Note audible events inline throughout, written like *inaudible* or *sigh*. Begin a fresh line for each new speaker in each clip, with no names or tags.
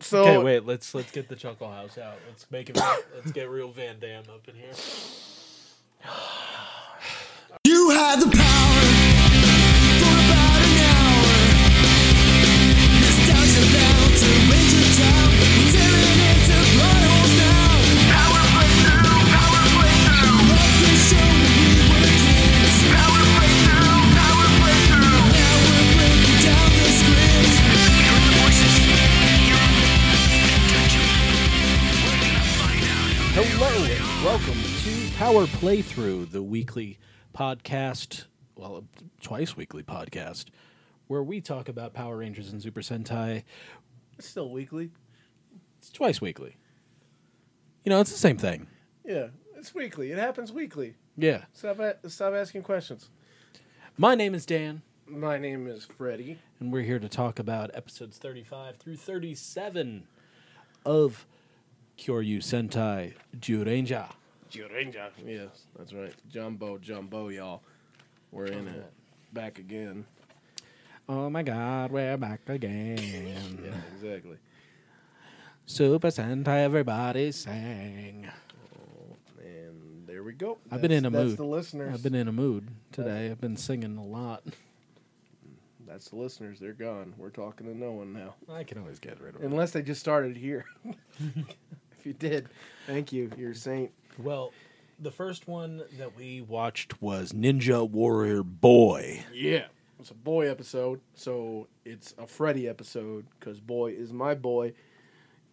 so
Okay, wait. Let's let's get the Chuckle House out. Let's make it. let's get real Van Damme up in here.
You had the power for about an hour. Nostalgia bound to rage it down. We're tearing into plot holes now. Power playthrough, power playthrough. Love the show when we were kids. Power playthrough, power playthrough. Now we're breaking down the script. Hear the voices. Hear 'em. Don't you? We're gonna find out.
Hello and welcome to Power Playthrough, the weekly podcast, well, twice weekly podcast, where we talk about Power Rangers and Super Sentai.
still weekly.
It's twice weekly. You know, it's the same thing.
Yeah, it's weekly. It happens weekly.
Yeah.
Stop a- stop asking questions.
My name is Dan,
My name is Freddie.
and we're here to talk about episodes 35 through 37 of Kyoryu Sentai Juranger.
Jiranja. Yes, that's right. Jumbo, jumbo, y'all. We're in it. Back again.
Oh my god, we're back again.
Yeah, exactly.
Super Sentai, everybody sang.
And there we go.
I've been in a
that's
mood.
That's the listeners.
I've been in a mood today. I've been singing a lot.
That's the listeners. They're gone. We're talking to no one now.
I can always get rid of
Unless they just started here. *laughs* if you did, thank you. You're a saint.
Well, the first one that we watched was Ninja Warrior Boy.
Yeah. It's a boy episode, so it's a Freddy episode because boy is my boy,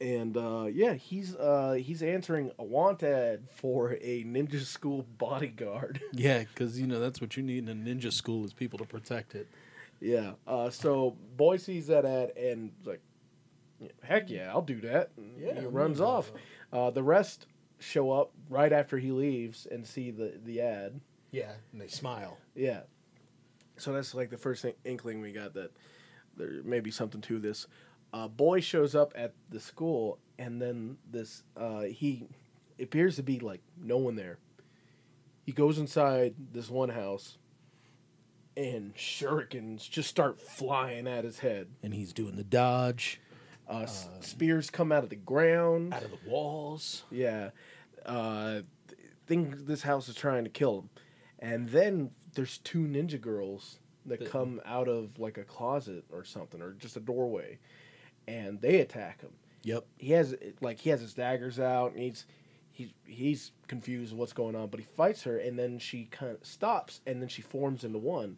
and uh, yeah, he's uh, he's answering a want ad for a ninja school bodyguard. *laughs*
Yeah, because you know that's what you need in a ninja school is people to protect it.
yeah. Uh, so boy sees that ad and is like, heck yeah, I'll do that. And
Yeah,
he
I'm
runs
gonna-
off. Uh, the rest show up right after he leaves and see the the ad.
Yeah, and they smile.
Yeah. So that's like the first thing, inkling we got that there may be something to this. A boy shows up at the school, and then this uh, he appears to be like no one there. He goes inside this one house, and shurikens just start flying at his head.
And he's doing the dodge
Uh, s- spears come out of the ground.
out of the walls.
Yeah. Uh, th- think this house is trying to kill him. And then there's two ninja girls that
That-
come out of like a closet or something or just a doorway and they attack him.
Yep.
He has like he has his daggers out and he's he's he's confused what's going on, but he fights her and then she kind of stops and then she forms into one.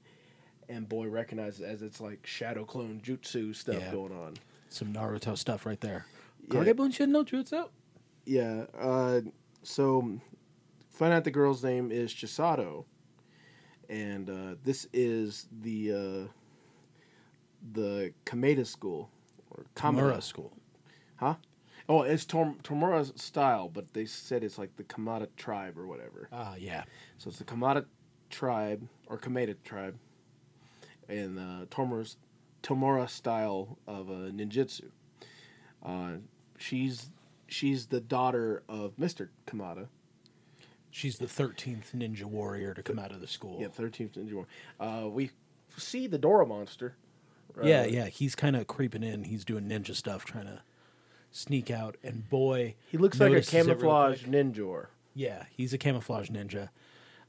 And boy recognizes as it's like shadow clone jutsu stuff
Yeah.
going on.
Some Naruto stuff right there.
Yeah.
Kagebunshin no Jutsu.
Yeah. Uh, so, find out the girl's name is Chisato, and uh, this is the uh, the Kameda school or
Kamura
Kamada,
school.
huh? Oh, it's Tom- Tomura's style, but they said it's like the Kamada tribe or whatever.
Ah, yeah.
So it's the Kamada tribe or Kameda tribe, and uh, Tomura's Tomura style of uh, ninjutsu. Uh, she's she's the daughter of Mister Kamada.
She's the 13th ninja warrior to come out of the school.
Yeah, thirteenth ninja. Warrior. Uh, we see the Dora monster. right?
Yeah, yeah. He's kind of creeping in. He's doing ninja stuff, trying to sneak out. And boy,
He looks like a
notices it real
camouflage
quick.
ninja.
Yeah, he's a camouflage ninja.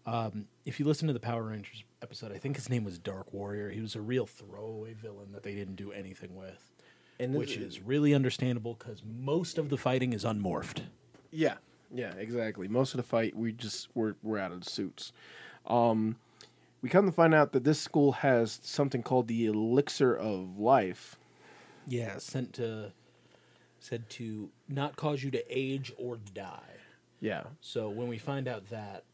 Um, if you listen to the Power Rangers episode, I think his name was Dark Warrior. He was a real throwaway villain that they didn't do anything with,
And
which
this-
is really understandable because most of the fighting is unmorphed.
Yeah, yeah, exactly. Most of the fight, we just we're we're out of suits. Um, we come to find out that this school has something called the elixir of life.
Yeah, sent to said to not cause you to age or die.
Yeah,
So when we find out that,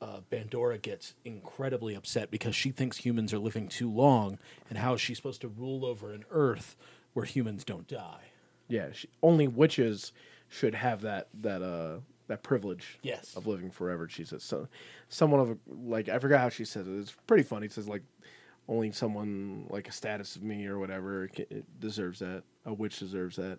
uh, Bandora gets incredibly upset because she thinks humans are living too long, and how is she supposed to rule over an Earth where humans don't die?
yeah. She, only witches should have that that uh that privilege.
Yes.
of living forever. She says so. Someone of a, like I forgot how she says it. It's pretty funny. It says like only someone like a status of me or whatever ca- deserves that. A witch deserves that.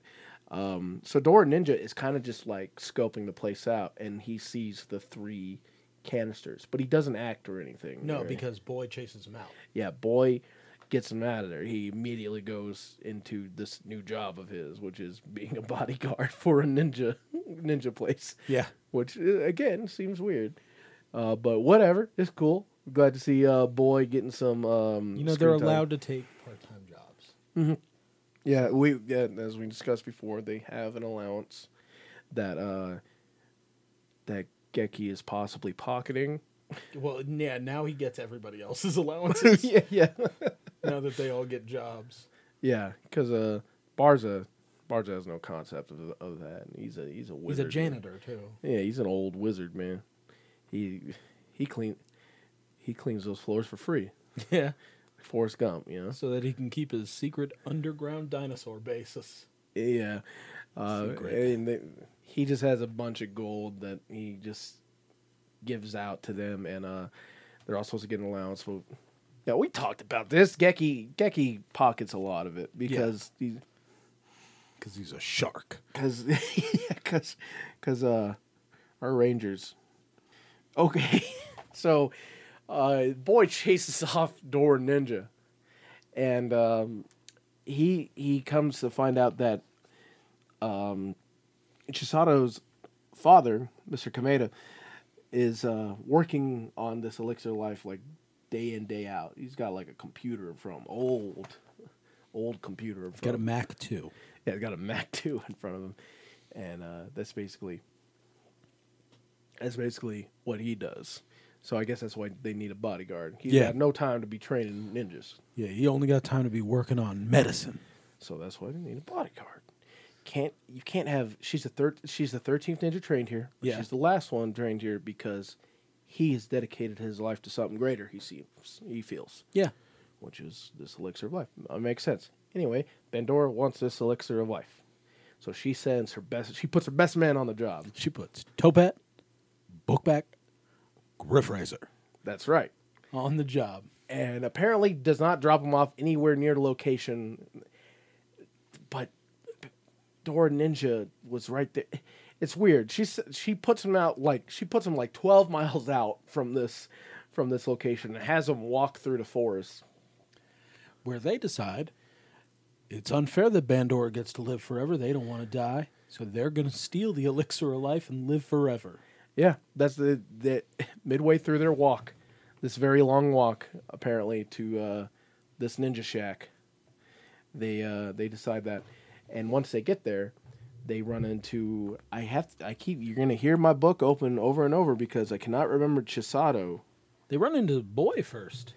Um, so Dora Ninja is kind of just like scoping the place out, and he sees the three canisters, but he doesn't act or anything.
No,
right?
because Boy chases him out.
yeah, boy gets him out of there. He immediately goes into this new job of his, which is being a bodyguard *laughs* for a ninja ninja place.
Yeah.
Which uh, again seems weird, uh, but whatever. It's cool. Glad to see uh, boy getting some. Um,
You know
screen
they're
time.
allowed to take part-time jobs.
Yeah, we yeah, as we discussed before, they have an allowance that uh that Geki is possibly
*laughs*
pocketing.
Well, yeah. Now he gets everybody else's allowances.
yeah.
Now that they all get jobs.
Yeah, cuz uh Barza Barza has no concept of, of that. He's a he's a wizard.
He's a
man.
janitor too. *laughs*
Yeah, he's an old wizard, man. He he clean he cleans those floors for free.
Yeah.
Forrest Gump, you know.
So that he can keep his secret underground dinosaur basis.
Yeah. Uh,
Secret.
and they, he just has a bunch of gold that he just gives out to them, and uh, they're all supposed to get an allowance. For... Now, we talked about this. Geki, Geki pockets a lot of it because he
Because he's a shark.
*laughs* because because because uh our rangers okay *laughs* so uh boy chases *laughs* off door ninja and um he he comes to find out that um chisato's father mr kameda is uh working on this elixir life like day in day out he's got like a computer from old old computer in front
Got a
of him.
Mac too.
Yeah, he's got a Mac *laughs* 2 in front of him. And uh, that's basically that's basically what he does. So I guess that's why they need a bodyguard. He's
Yeah.
got no time to be training ninjas.
Yeah, he only got time to be working on medicine.
So that's why they need a bodyguard. Can't you can't have she's the third she's the thirteenth ninja trained here, but
Yeah.
she's the last one trained here because he has dedicated his life to something greater, he seems he feels.
Yeah.
which is this elixir of life. It makes sense. Anyway, Bandora wants this elixir of life. So she sends her best, she puts her best man on the job.
She puts Topet, Bookback, Griff Razor.
That's right.
On the job.
And apparently does not drop him off anywhere near the location. But Dora Ninja was right there. It's weird. She s- she puts him out like she puts him like 12 miles out from this from this location and has him walk through the forest.
where they decide it's unfair that Bandora gets to live forever. They don't want to die, so they're going to steal the elixir of life and live forever.
Yeah, that's the *laughs* that midway through their walk, this very long walk apparently to uh, this ninja shack. They uh, they decide that, and once they get there, they run into I have to, I keep you're gonna hear my book open over and over because I cannot remember Chisato.
They run into the boy first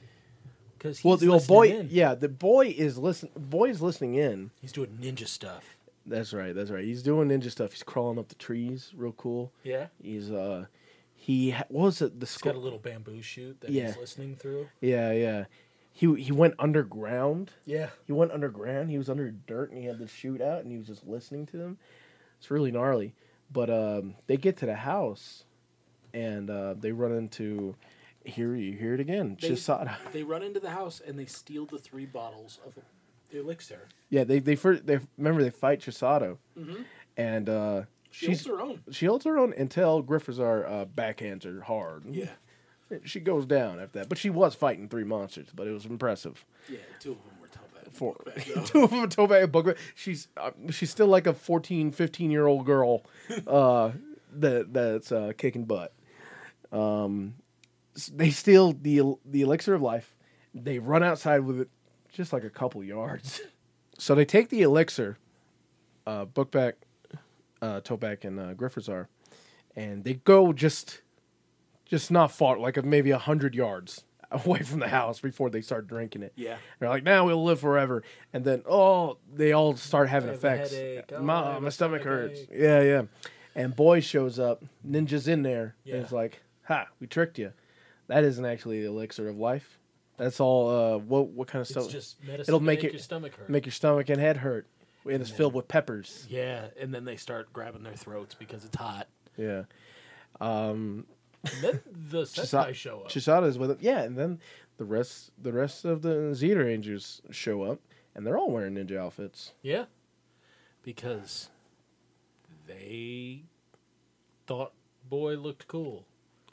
because he's
Well, the old
listening
boy,
in.
yeah, the boy is listen boy is listening in.
he's doing ninja stuff.
That's right, that's right. He's doing ninja stuff. He's crawling up the trees, real cool.
Yeah,
He's uh, he ha- what was it the
he's
sc-
got a little bamboo shoot that
Yeah.
he's listening through.
Yeah, yeah. He he went underground.
Yeah,
He went underground. He was under dirt and he had the shootout and he was just listening to them. It's really gnarly. But um, they get to the house and uh, they run into here you hear it again.
They-
Chisada.
They run into the house and they steal the three bottles of elixir.
*laughs* Yeah, they they first they remember they fight Chisato. And uh,
Mm-hmm. She
she's
holds her own.
she holds her own until Griffithsar uh, backhands her hard.
Yeah.
She goes down after that. But she was fighting three monsters, but it was impressive.
Yeah, two of them were tough.
for *laughs* two of them told me a book she's uh, she's still like a 14 15 year old girl uh that that's uh kicking butt um s- they steal the el- the elixir of life they run outside with it just like a couple yards *laughs* so they take the elixir uh bookback uh toback and uh griffithsar and they go just just not far like a- maybe a hundred yards *laughs* away from the house before they start drinking it
Yeah.
they're like, now we'll live forever. And then, oh, they all start having
I have a
effects.
headache. Oh, I
my,
have
my
a
stomach
stomach
hurts.
ache.
Yeah, yeah. And boy shows up, ninja's in there.
Yeah.
And it's like, ha, we tricked you. That isn't actually the elixir of life. That's all. Uh, what what kind of
it's
stuff?
just medicine.
it'll
to
make
make,
it-
your stomach hurt.
Make your stomach and head hurt. And it's filled with peppers.
Yeah, and then they start grabbing their throats because it's hot.
Yeah.
And then the Sentai show up.
Chisada's with him. Yeah, and then the rest the rest of the Zeta Rangers show up, and they're all wearing ninja
*laughs*
outfits.
Yeah. Because they thought boy looked cool.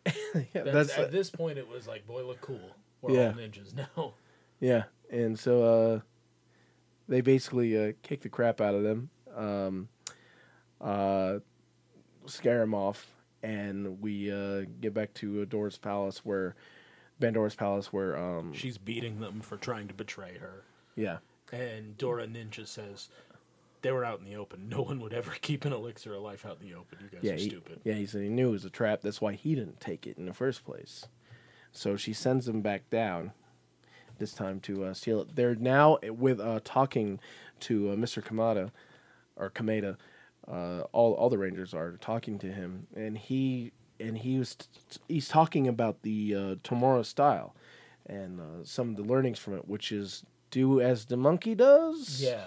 yeah,
That's,
that's,
at this point, it was like boy look cool. We're
Yeah.
all ninjas now. *laughs*
yeah. and so uh, they basically uh, kick the crap out of them, um, uh, scare them off, and we uh, get back to Dora's palace where Bandora's palace where um,
She's beating them for trying to betray her.
yeah
And Dora Ninja says they were out in the open. No one would ever *laughs* keep an elixir of life out in the open. You guys
yeah
are
he,
stupid.
yeah he said he knew it was a trap. That's why he didn't take it in the first place. So she sends them back down. This time to uh, steal it. They're now with uh, talking to uh, Mr. Kamada or Kameda. Uh, all all the Rangers are talking to him, and he and he was he's talking about the uh, Tomorrow style and uh, some of the learnings from it, which is do as the monkey does.
Yeah.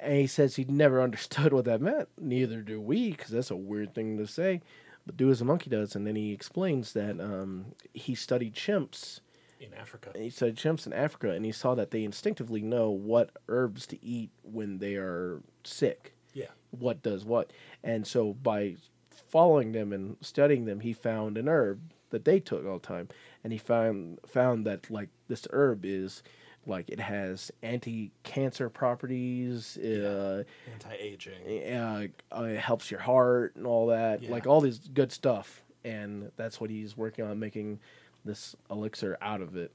And he says he never *laughs* understood what that meant. Neither do we, because that's a weird thing to say. But do as a monkey does. And then he explains that um, he studied chimps.
In Africa.
He studied chimps in Africa, and he saw that they instinctively know what herbs to eat when they are sick,
Yeah.
what does what. And so by following them and studying them, he found an herb that they took all the time. And he found found that like this herb is like it has anti-cancer properties. Uh,
Anti aging.
uh, uh, it helps your heart and all that,
Yeah.
like all this good stuff. And that's what he's working on making this elixir out of it.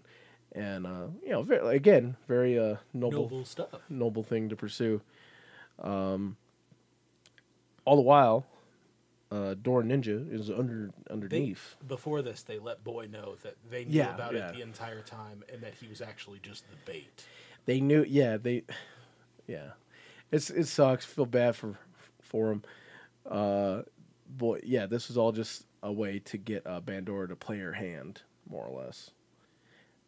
And uh, you know, very, again, very uh, noble,
Noble
noble
stuff.
thing to pursue. Um, all the while, uh, Door Ninja is under
They,
underneath.
before this, they let Boy know that they knew
Yeah,
about
yeah.
it the entire time and that he was actually just the bait.
they knew yeah they yeah it's it sucks feel bad for for him uh boy yeah this was all just a way to get uh bandora to play her hand more or less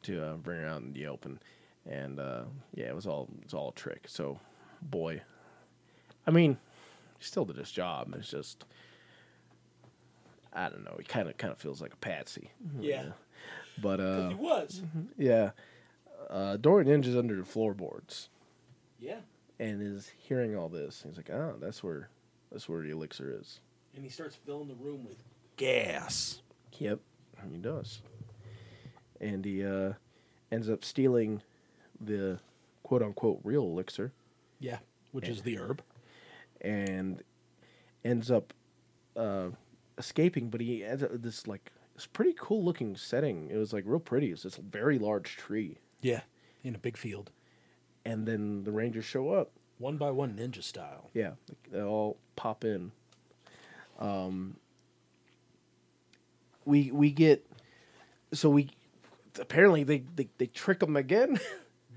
to uh, bring her out in the open and uh yeah it was all it's all a trick so boy i mean he still did his job it's just i don't know he kind of kind of feels like a patsy
Mm-hmm.
Yeah.
but uh
he was.
yeah uh dorian ninja's under the floorboards
Yeah.
and is hearing all this. He's like, oh, that's where that's where the elixir is.
And he starts filling the room with gas.
Yep, he does. And he uh, ends up stealing the quote unquote real elixir
Yeah. Which is the herb.
and ends up uh, escaping. But he ends up with this like it's pretty cool looking setting. It was like real pretty. It's this very large tree,
Yeah. In a big field.
and then the rangers show up.
One by one, ninja style.
Yeah, they all pop in. Um, we we get so we apparently they they, they trick them again. *laughs*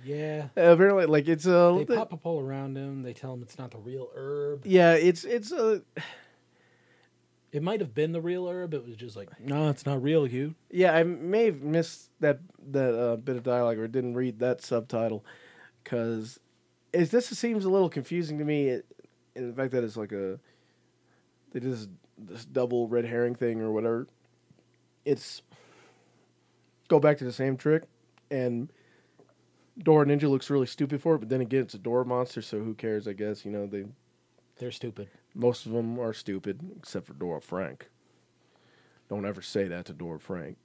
Yeah.
apparently, like it's a
They pop a pole around him. They tell him it's not the real herb.
yeah, it's it's a
It might have been the real herb. It was just like, no, it's not real, you.
yeah. I may have missed that that uh, bit of dialogue or didn't read that subtitle because is this seems a little confusing to me. It, in the fact that it's like a they just this double red herring thing or whatever. It's go back to the same trick and Dora Ninja looks really stupid for it, but then again it's a door monster, so who cares? I guess you know they
They're stupid.
most of them are stupid, except for Dora Frank. Don't ever say that to Dora Frank.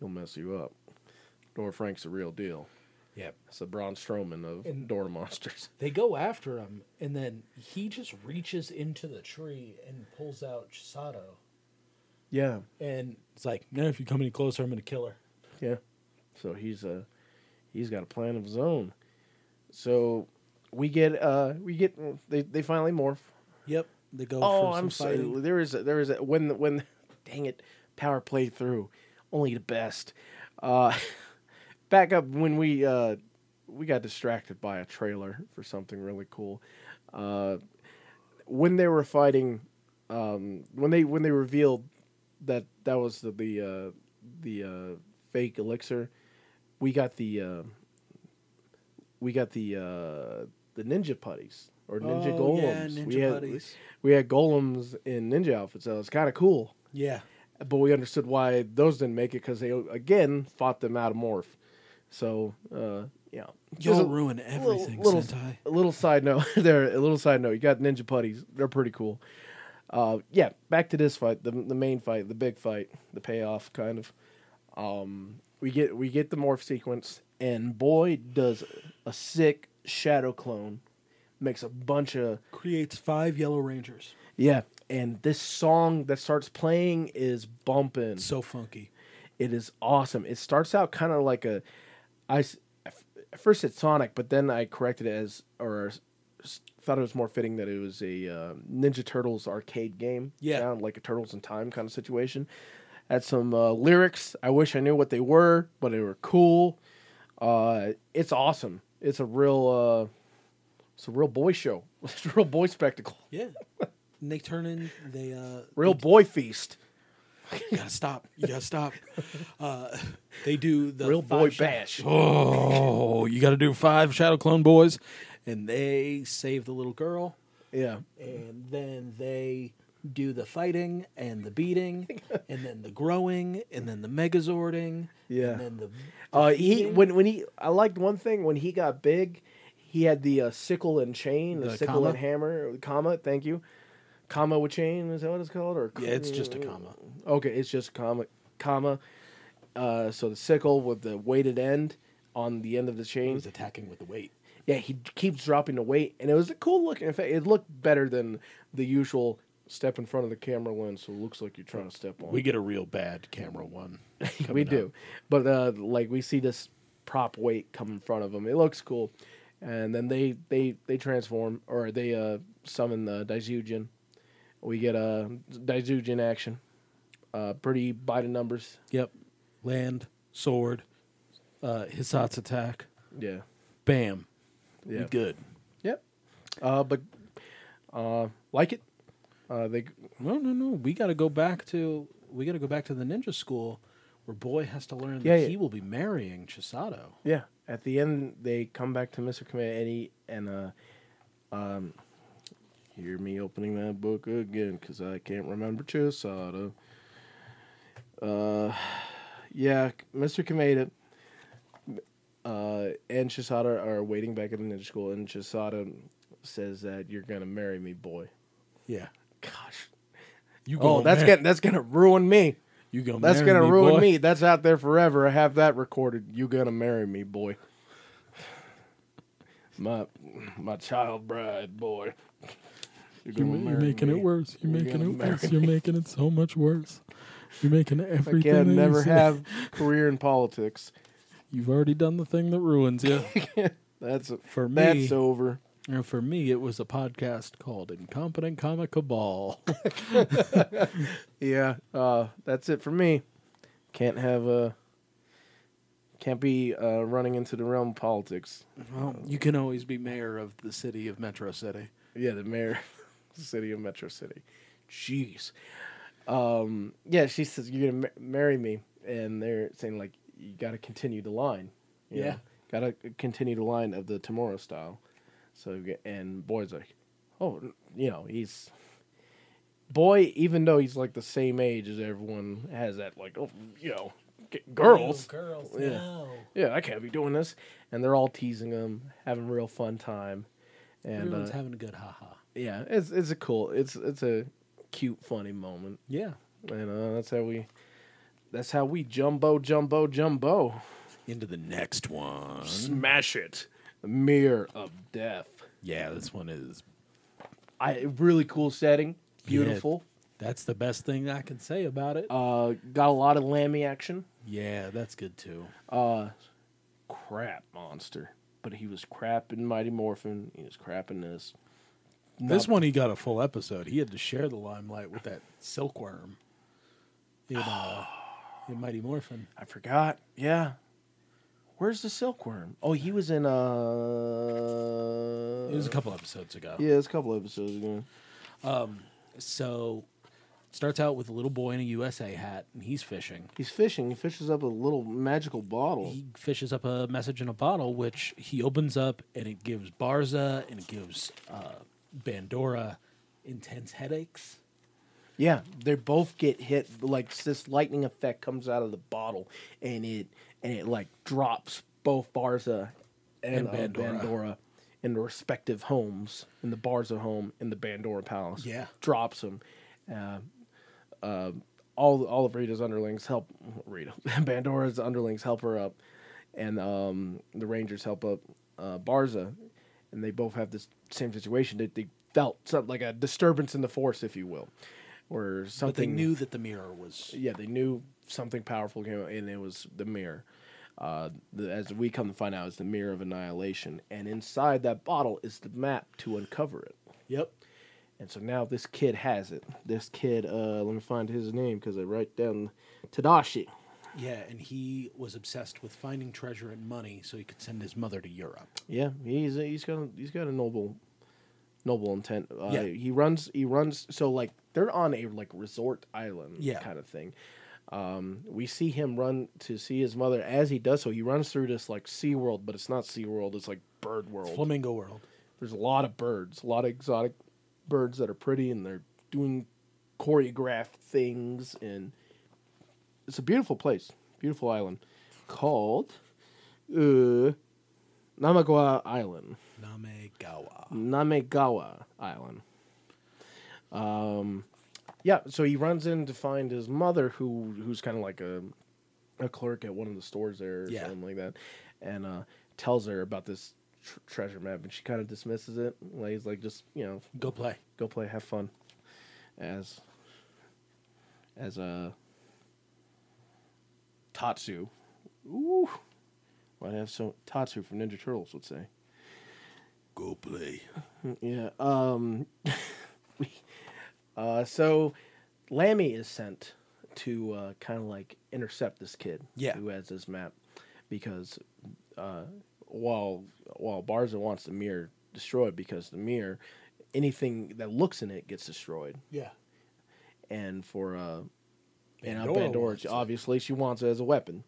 He'll mess you up. Dora Frank's the real deal.
Yeah.
It's the Braun Strowman of
And-
Dora monsters. *laughs*
They go after him, and then he just reaches into the tree and pulls out Shisato.
Yeah,
And it's like, no, if you come any closer, I'm going to kill her.
yeah. So he's uh he's got a plan of his own. So we get uh we get they they finally morph.
Yep. They go
Oh,
for some
I'm sorry.
fighting.
There is a, there is a, when when *laughs* dang it, power play through, only the best. Uh, *laughs* back up when we uh, we got distracted by a trailer for something really cool. Uh, when they were fighting, um, when they when they revealed that that was the the uh, the uh, fake elixir, we got the uh, we got the uh, the ninja putties or ninja
Oh,
golems.
yeah, ninja
we had
buddies.
we had golems in ninja outfits. That was kind of cool,
Yeah.
but we understood why those didn't make it because they again fought them out of morph. So uh, yeah,
You'll
Just a
ruin
little-
everything,
Little,
Sentai.
a little side note *laughs* there. A little side note. You got ninja putties. They're pretty cool. Uh, yeah, back to this fight, the the main fight, the big fight, the payoff kind of. Um, we get we get the morph sequence, and boy does a sick shadow clone makes a bunch of
Creates five Yellow Rangers.
yeah. And this song that starts playing is bumping.
So funky.
It is awesome. It starts out kind of like a, I s- at first it's Sonic, but then I corrected it as or s- thought it was more fitting that it was a uh, Ninja Turtles arcade game.
Yeah.
sound like a Turtles in Time kind of situation. Had some uh, lyrics. I wish I knew what they were, but they were cool. Uh, it's awesome. It's a real, uh, it's a real boy show. *laughs* It's a real boy spectacle.
Yeah. And they turn in. They uh,
Real boy feast.
you gotta stop. You gotta *laughs* stop. Uh, they do the
Real boy
five shadow-
bash.
Oh, you gotta do five Shadow Clone boys, and they save the little girl,
Yeah.
and then they do the fighting and the beating,
*laughs*
and then the growing, and then the Megazording.
Yeah.
And then the
Uh, he when when he I liked one thing when he got big, he had the uh, sickle and chain, the,
The
sickle
comma?
and hammer, comma. Thank you, comma with chain. Is that what it's called? Or
yeah, it's just a comma.
Okay, it's just comma, comma. Uh, so the sickle with the weighted end on the end of the chain.
Mm-hmm.
He's attacking with the weight.
Yeah, he d- keeps dropping the weight, and it was a cool looking. In fact, it looked better than the usual step in front of the camera lens, so it looks like you're trying to step on.
We get a real bad camera one.
*laughs* we
coming up.
do. But uh, like we see this prop weight come in front of them. It looks cool, and then they they they transform or they uh, summon the Daizujin. We get a Daizujin action. Uh, pretty by the numbers.
*laughs* Yep. Land sword, uh, Hisat's attack.
Yeah.
Bam.
Yeah.
We good.
Yep. Uh, but uh, like it. Uh, they
No, no, no. We got to go back to we got to go back to the ninja school where boy has to learn
Yeah,
that
yeah.
he will be marrying Chisato.
yeah. At the end, they come back to Mr. Command Eddie and uh, um, hear me opening that book again because I can't remember Chisada. Uh, yeah, Mr. Kameda uh, and Chisada are waiting back at the ninja school, and Chisada says that you're gonna marry me, boy.
Yeah.
Gosh,
You
oh, that's
mar-
gonna that's gonna ruin me.
You go.
That's
marry
gonna ruin
boy.
me. That's out there forever. I have that recorded. You gonna marry me, boy. My my child bride, boy.
You're,
You're, gonna
ma- you're
marry
making
me.
it worse. You're,
You're
making
gonna
it worse.
marry
You're making it so much worse. You're making
I
everything. that
can
you
never
say-
have career in politics.
You've already done the thing that ruins you.
*laughs* That's
For me,
that's over.
and for me, it was a podcast called "Incompetent Comic Cabal."
Yeah, uh, that's it for me. Can't have a can't be uh, running into the realm of politics.
well, you can always be mayor of the city of Metro City.
Yeah, the mayor *laughs* of the city of Metro City. Jeez. Um, yeah, she says, You're going to ma- marry me. And they're saying, like, you got to continue the line. you
Yeah.
Got to continue the line of the Tomorrow style. So, you get- and boy's like, Oh, you know, he's. Boy, even though he's like the same age as everyone, has that, like, oh, you know, g-
Oh,
girls.
girls,
Yeah. Yeah, I can't be doing this. And they're all teasing him, having real fun time. And
everyone's
uh,
having a good haha.
yeah, it's it's a cool, it's it's a cute, funny moment,
Yeah,
and uh, that's how we, that's how we jumbo, jumbo, jumbo,
into the next one.
smash it, the mirror of death.
Yeah, this one is.
I really cool setting, beautiful.
That's the best thing I can say about it.
Uh, got a lot of Lammy action. Uh,
yeah, that's good too.
Crap monster, but he was crap in Mighty Morphin. He was crap in this.
This one he got a full episode. He had to share the limelight with that silkworm. In, uh, in Mighty Morphin.
I forgot. Yeah. Where's the silkworm? Oh, he was in uh
It was a couple episodes ago.
Yeah, it's a couple episodes ago.
So it starts out with a little boy in a USA hat and he's fishing.
He's fishing. He fishes up a little magical bottle.
He fishes up a message in a bottle, which he opens up and it gives Barza and it gives uh, Bandora intense headaches.
Yeah, they both get hit. Like this lightning effect comes out of the bottle, and it and it like drops both Barza and,
And
uh,
Bandora.
Bandora in their respective homes, in the Barza home, in the Bandora palace.
Yeah.
drops them. Uh, *laughs* uh, all all of Rita's underlings help Rita. Bandora's underlings help her up, and um, the Rangers help up uh, Barza, and they both have this same situation that they felt something like a disturbance in the force, if you will, or
But they
something.
knew that the mirror was.
Yeah, they knew something powerful came, out, and it was the mirror. Uh, the, as we come to find out, it's the mirror of annihilation, and inside that bottle is the map to uncover it.
Yep.
And so now this kid has it. This kid, uh, let me find his name because I write down Tadashi.
Yeah, and he was obsessed with finding treasure and money so he could send his mother to Europe.
Yeah, he's he's got a, he's got a noble, noble intent. Uh,
Yeah.
he runs he runs. So like they're on a like resort island
Yeah.
kind of thing. Um, we see him run to see his mother. As he does so, he runs through this like Sea World, but it's not Sea World. It's like Bird World.
Flamingo World.
There's a lot of birds, a lot of exotic birds that are pretty, and they're doing choreographed things, and it's a beautiful place, beautiful island called uh, Namagawa Island,
Namegawa.
Namegawa Island. Um, yeah, so he runs in to find his mother, who who's kind of like a a clerk at one of the stores there, or
Yeah.
something like that, and uh, tells her about this tr- treasure map, and she kind of dismisses it. Like he's like, just you know,
Go play.
go play, have fun, as as uh, Tatsu. Ooh, might have so Tatsu from Ninja Turtles would say.
Go play.
Yeah. Um. *laughs* we, uh. So, Lammy is sent to uh, kind of like intercept this kid.
Yeah.
Who has this map? Because, uh, while while Barza wants the mirror destroyed because the mirror, anything that looks in it gets destroyed,
Yeah.
and for uh, and uh,
Pandora
Pandora,
wants
she-
it.
obviously she wants it as a weapon.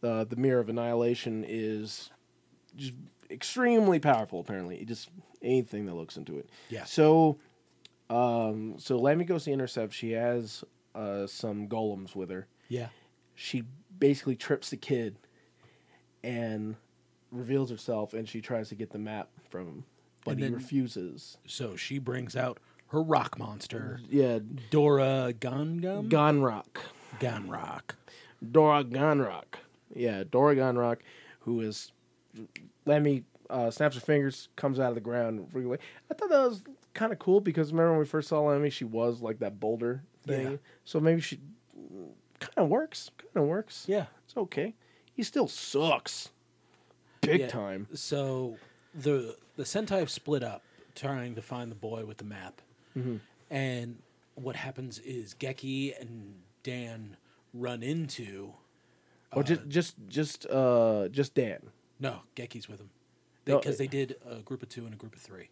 The the mirror of annihilation is just extremely powerful. Apparently, it just anything that looks into it.
Yeah.
So, um, so Lammy goes to intercept. She has uh, some golems with her.
Yeah.
She basically trips the kid and reveals herself, and she tries to get the map from him, but
And
he
then-
refuses.
So she brings out her rock monster,
Yeah,
Dora Gangam?
Gonrock.
Ganrock.
Dora Gonrock. Yeah, Dora Gonrock, who is Lemmy uh, snaps her fingers, comes out of the ground. and free away. I thought that was kind of cool because remember when we first saw Lemmy, she was like that boulder thing.
Yeah.
So maybe she kind of works. Kind of works.
Yeah.
it's okay. He still sucks, big
Yeah.
time.
So the the Sentai have split up trying to find the boy with the map. And what happens is Geki and Dan run into
Or just just just uh just Dan,
no, Geki's with him.
No,
Because they, did a group of two and a group of three.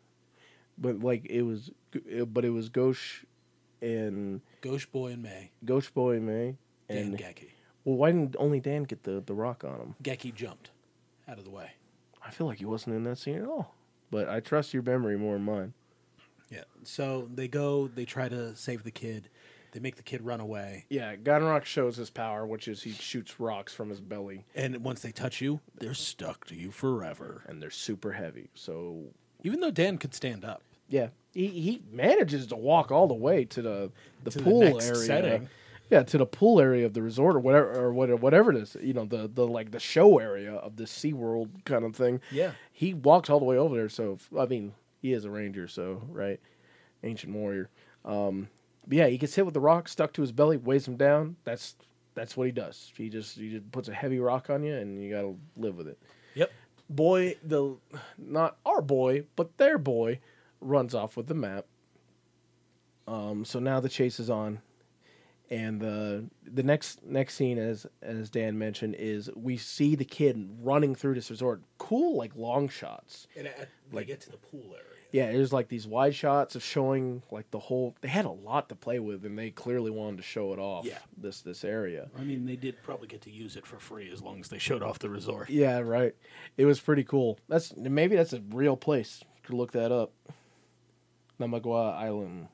but like it was, but it was Gosh and
Gauche Boy and May,
Gosh Boy May
Dan
and
Geki.
well, why didn't only Dan get the the rock on him?
Geki jumped out of the way.
I feel like he wasn't in that scene at all. But I trust your memory more than mine.
Yeah. So they go, they try to save the kid. They make the kid run away.
Yeah, Gonrock shows his power, which is he shoots rocks from his belly,
And once they touch you, they're stuck to you forever.
and they're super heavy. So
Even though Dan could stand up.
yeah, he he manages to walk all the way to the the
To the
pool
next
area.
setting.
Yeah, to the pool area of the resort or whatever or what- whatever it is. You know, the the like the show area of the SeaWorld kind of thing.
Yeah.
he walks all the way over there. So I mean, he is a ranger, so right, ancient warrior. Um, but yeah, he gets hit with the rock stuck to his belly, weighs him down. That's that's what he does. He just he just puts a heavy rock on you, and you gotta live with it.
Yep.
Boy, the not our boy, but their boy, runs off with the map. Um, so now the chase is on, and the the next next scene, as as Dan mentioned, is we see the kid running through this resort. Cool, like long shots.
uh,
And at, they get to the pool area.
Yeah, there's like these wide shots of showing like the whole. They had a lot to play with, and they clearly wanted to show it off.
Yeah.
this this area.
I mean, they did probably get to use it for free as long as they showed off the resort.
Yeah, right. It was pretty cool. That's maybe that's a real place. Could look that up. Namagua Island.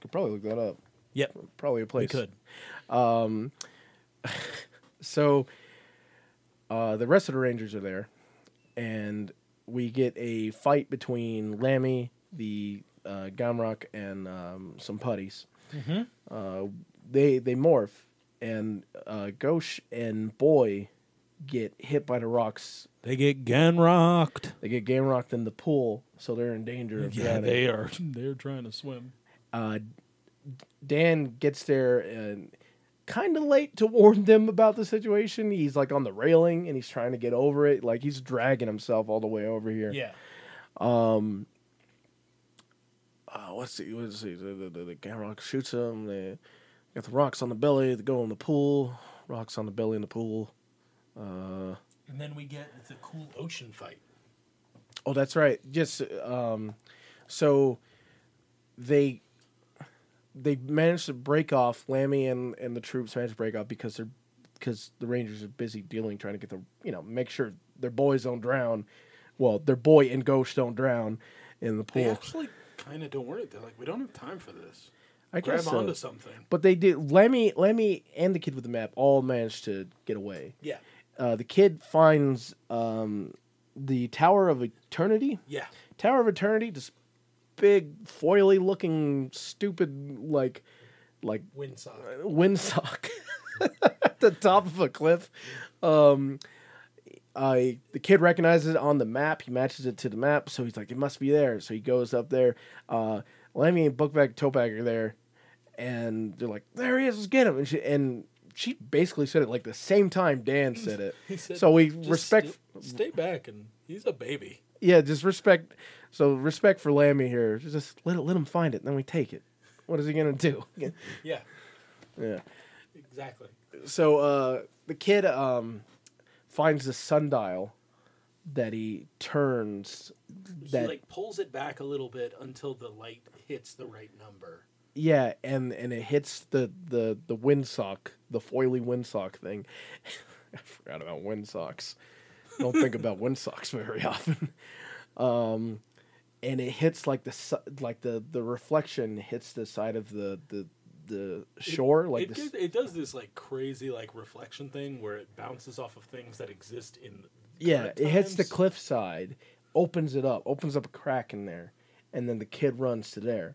Could probably look that up.
Yep.
Probably a place.
We could.
So uh, the rest of the Rangers are there, and we get a fight between Lammy, the uh, Gamrock, and um, some putties.
Mm-hmm.
Uh, they they morph, and uh, Ghosh and Boy get hit by the rocks.
They get gun rocked.
They get game rocked in the pool, so they're in danger of
Yeah,
drowning.
they are. *laughs* They're trying to swim.
uh, Dan gets there and kind of late to warn them about the situation. He's like on the railing and he's trying to get over it. Like he's dragging himself all the way over here.
Yeah.
Uh, what's the what's the the, the, the, the guy rock shoots him. They got the rocks on the belly. They go in the pool. Rocks on the belly in the pool. Uh,
And then we get the cool ocean fight.
Oh, that's right. Just um, so they they managed to break off. Lammy and and the troops managed to break off because they're because the Rangers are busy dealing, trying to get the you know make sure their boys don't drown. Well, their boy and Ghost don't drown in the pool.
They actually kind of don't worry. They're like, we don't have time for this.
I
Grab
guess uh, so.
onto something.
But they did. Lemmy, Lemmy, and the kid with the map all managed to get away.
Yeah.
Uh, the kid finds um, the Tower of Eternity.
Yeah.
Tower of Eternity, this big foily looking stupid like like
Windsock.
windsock *laughs* at the top of a cliff. Um I the kid recognizes it on the map. He matches it to the map, so he's like, "It must be there." So he goes up there. Uh, Lemmy and Bookbag Topag are there, and they're like, "There he is! Let's get him!" And she, and she basically said it like the same time Dan said it.
He said,
so we
"Just
respect
st- stay back, and he's a baby.
yeah, just respect. So respect for Lammy here. Just let it, let him find it, then we take it. What is he gonna do?
Yeah,
yeah.
exactly.
So uh, the kid um, finds the sundial that he turns.
he
That
like pulls it back a little bit until the light hits the right number.
yeah, and and it hits the the the windsock, the foily windsock thing. *laughs* I forgot about windsocks. Don't think about windsocks very *laughs* often. Um, and it hits like the si- like the the reflection hits the side of the the the shore like
it,
this.
gives- it does this like crazy like reflection thing where it bounces off of things that exist in.
Yeah, it hits the
times.
cliff side, opens it up, opens up a crack in there, and then the kid runs to there,